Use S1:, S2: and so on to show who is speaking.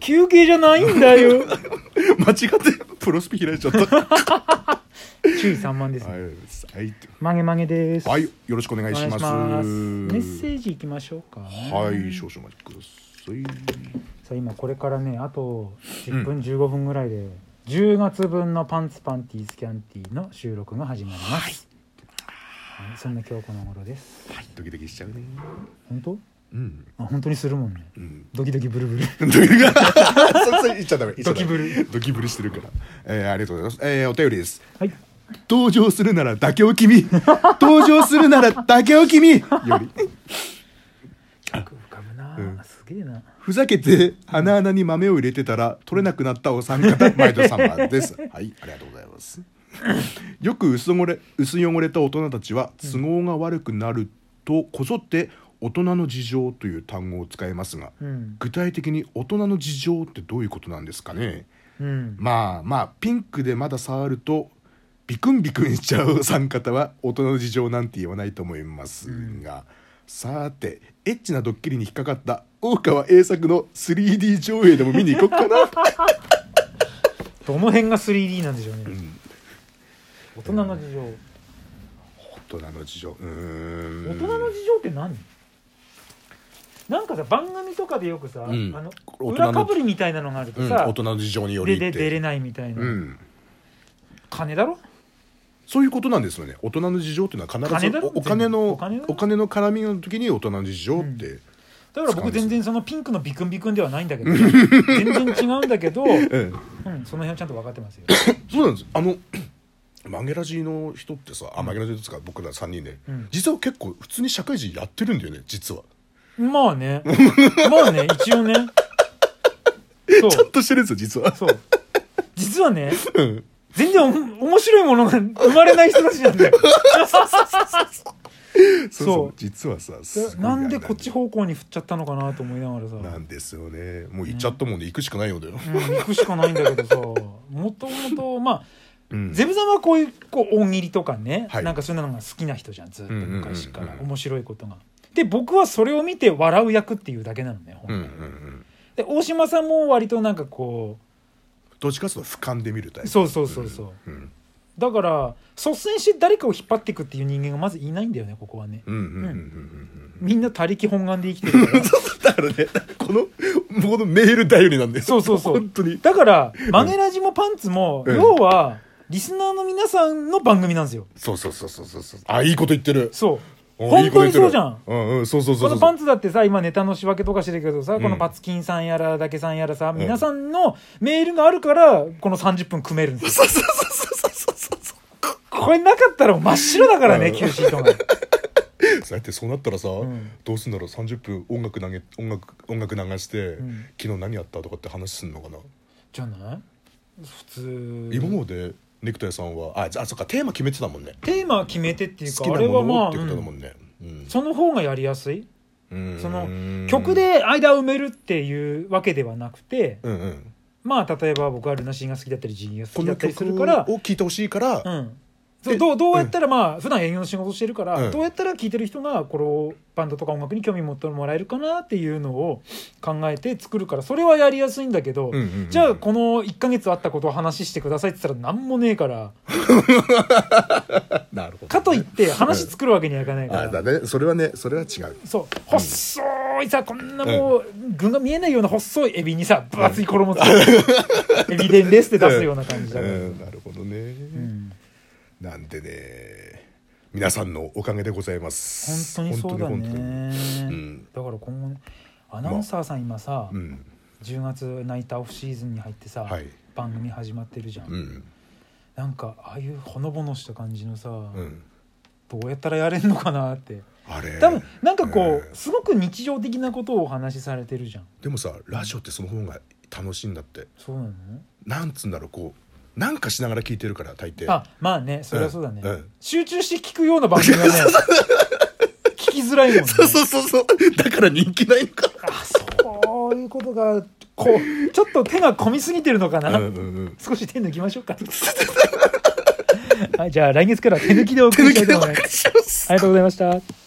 S1: 休憩じゃないんだ よ
S2: 間違ってプロスピ開いちゃった。は
S1: 注意3万です、ね
S2: い、はい、
S1: 曲げ曲げです
S2: はい、よろしくお願いします。
S1: メッセージいきましょうか、
S2: はい、少々お待ちください。
S1: さあ今これからねあと10分15分ぐらいで、10月分のパンツパンティースキャンティーの収録が始まります、はいそんな今日この頃です
S2: はい、ドキドキしちゃうね。
S1: 本当
S2: うん、
S1: あ本当にするもんね
S2: うん。
S1: ドキドキブルブル
S2: ドキドキそそ言っちゃダメ。言っち
S1: ド
S2: ゃダメ
S1: キブル。
S2: ドキブルしてるから。えー、ありがとうございます。えー、お便りです。
S1: はい
S2: 登場するなら妥協君登場するなら妥協君より
S1: 奥深むな、
S2: うん
S1: すげえな
S2: ふざけて鼻穴に豆を入れてたら取れなくなったお三方毎度様です はいありがとうございますよく薄汚れ薄汚れた大人たちは都合が悪くなるとこぞって大人の事情という単語を使いますが、
S1: うん
S2: 具体的に大人の事情ってどういうことなんですかね
S1: うん
S2: まあまあピンクでまだ触るとビクンビクンしちゃうお三方は大人の事情なんて言わないと思いますが、さてエッチなドッキリに引っかかった大川栄作の 3D 上映でも見に行こっ かな
S1: どの辺が 3D なんでしょうね、大人の事情、
S2: 大人の事情うーん
S1: 大人の事情って何なんかさ番組とかでよくさ、
S2: うん
S1: あの
S2: 大人の
S1: 裏かぶりみたいなのがあると
S2: うん
S1: さ、
S2: 大人の事情により
S1: で
S2: って
S1: で出れないみたいな、
S2: うん、
S1: 金だろ
S2: そういうことなんですよね大人の事情っていうのは必
S1: 金
S2: ず
S1: だろ
S2: おお金
S1: 全部お
S2: の
S1: 金だろ
S2: お金の絡みの時に大人の事情って、
S1: だから僕全然そのピンクのビクンビクンではないんだけ ど全然違うんだけど、うん、
S2: うん
S1: その辺はちゃんと分かってます よ、
S2: そうなんですあの マゲラジの人ってさあマゲラジですか僕ら3人で、
S1: うん
S2: 実は結構普通に社会人やってるんだよね実は
S1: まあねまあね一応ねそう
S2: ちゃんとしてるんですよ実は
S1: そう実はね
S2: うん
S1: 全然お面白いものが生まれない人たちなんだ よ
S2: そう
S1: そう
S2: 実はさすごい
S1: なんでこっち方向に振っちゃったのかなと思いながらさ、
S2: あれなんですよねもう行っちゃったもんで、行くしかないようだよ、
S1: うん、行くしかないんだ けどさもともとまあ
S2: うん
S1: ゼブさんはこういうこう大喜利とかね、
S2: はい
S1: なんかそういうのが好きな人じゃんずっと昔から、
S2: うんうんうんうん
S1: 面白いことが。で僕はそれを見て笑う役っていうだけなのね、
S2: うんう
S1: 本
S2: ん
S1: 当
S2: う
S1: に
S2: ん
S1: で大島さんも割となんかこ
S2: どっちかというと俯瞰で見るタイ
S1: う
S2: プ
S1: そうそうそうそう、
S2: うん
S1: だから率先して誰かを引っ張っていくっていう人間がまずいないんだよねここはね、
S2: うんうんうんうんうんうん
S1: みんな他力本願で生きてるから
S2: だからねこのこのメール頼りなんで
S1: そうそうそう
S2: 本当に
S1: だからマネラジもパンツも、
S2: うん
S1: 要はリスナーの皆さんの番組なんですよ
S2: そうそうそうそうそうそうあいいこと言ってる
S1: そう
S2: おい
S1: 本当に
S2: いこと言ってる
S1: そうじゃん
S2: うんうんそうそうそ
S1: こ
S2: うそ
S1: の
S2: う
S1: パンツだってさ今ネタの仕分けとかしてるけどさ、
S2: ん
S1: このパツキンさんやらだけさんやらさ、
S2: ん
S1: 皆さんのメールがあるからこの30分組めるんですよ
S2: そうそうそうそうそうそう
S1: これなかったら真っ白だからね
S2: うん
S1: Q シートが
S2: そうやってそうなったらさ、
S1: ん
S2: どうすんだろう30分音楽投げ音楽音楽流して、
S1: ん
S2: 昨日何やったとかって話すんのかな、
S1: じゃない普
S2: 今
S1: 通
S2: までネクタイさんはあじゃあそっかテーマ決めてたもんね
S1: テーマ決めてっていう
S2: 好
S1: か
S2: き
S1: あ
S2: な
S1: れ
S2: も
S1: は
S2: の
S1: ま
S2: を
S1: あ、
S2: ってことだも
S1: うん
S2: んね、うん
S1: その方がやりやすい
S2: うん
S1: その
S2: うん
S1: 曲で間を埋めるっていうわけではなくて、
S2: うんうん
S1: まあ例えば僕はルナシーが好きだったりジーンが好
S2: こ
S1: きだ
S2: の
S1: ったりす
S2: 曲
S1: る
S2: を
S1: から
S2: 聴いてほしいから、
S1: うん、
S2: で
S1: そうどうどうやったらまあ、普段営業の仕事してるから、
S2: うん
S1: どうやったら聴いてる人がこのバンドとか音楽に興味持ってもらえるかなっていうのを考えて作るからそれはやりやすいんだけど、
S2: うんうんうん
S1: じゃあこの1か月あったことを話してくださいって言ったら何もねえから
S2: なるほどね
S1: かといって話作るわけにはいかないか
S2: あ
S1: ら。
S2: だねそれはねそれは違う
S1: そう細いさこんなもう具が見えないような細いエビにさ分厚い衣つけてエビ伝ですって出すような感じだから、
S2: うんなるほどね、
S1: うん
S2: なんでね皆さんのおかげでございま
S1: 本
S2: す
S1: 当にそうだ
S2: 本当に本
S1: ね、
S2: ん
S1: だから今後ねアナウンサーさん今さ、
S2: 当にうん
S1: 10月ナイターオフシーズンに入ってさ、
S2: はい
S1: 番組始まってるじゃん、
S2: うん
S1: なんかああいうほのぼのした感じのさ、
S2: うん
S1: どうやったらやれんのかなって
S2: あれ
S1: 多分なんかこう、
S2: えー
S1: すごく日常的なことをお話しされてるじゃん
S2: でもさラジオってその方が楽しいんだって
S1: そうなの
S2: なんつうんだろうこうなんかしながら聞いてるから大抵
S1: あまあねそれはそうだね、
S2: うんうん
S1: 集中して聞くような番組 はね聞きづらいもんね
S2: そうそうそうそうだから人気ないのか
S1: あそういうことがこうちょっと手が込みすぎてるのかな、
S2: うんうんうん
S1: 少し手抜きましょうか。 はい、じゃあ来月から手抜きでお送りしたいと思います。ありがとうございました。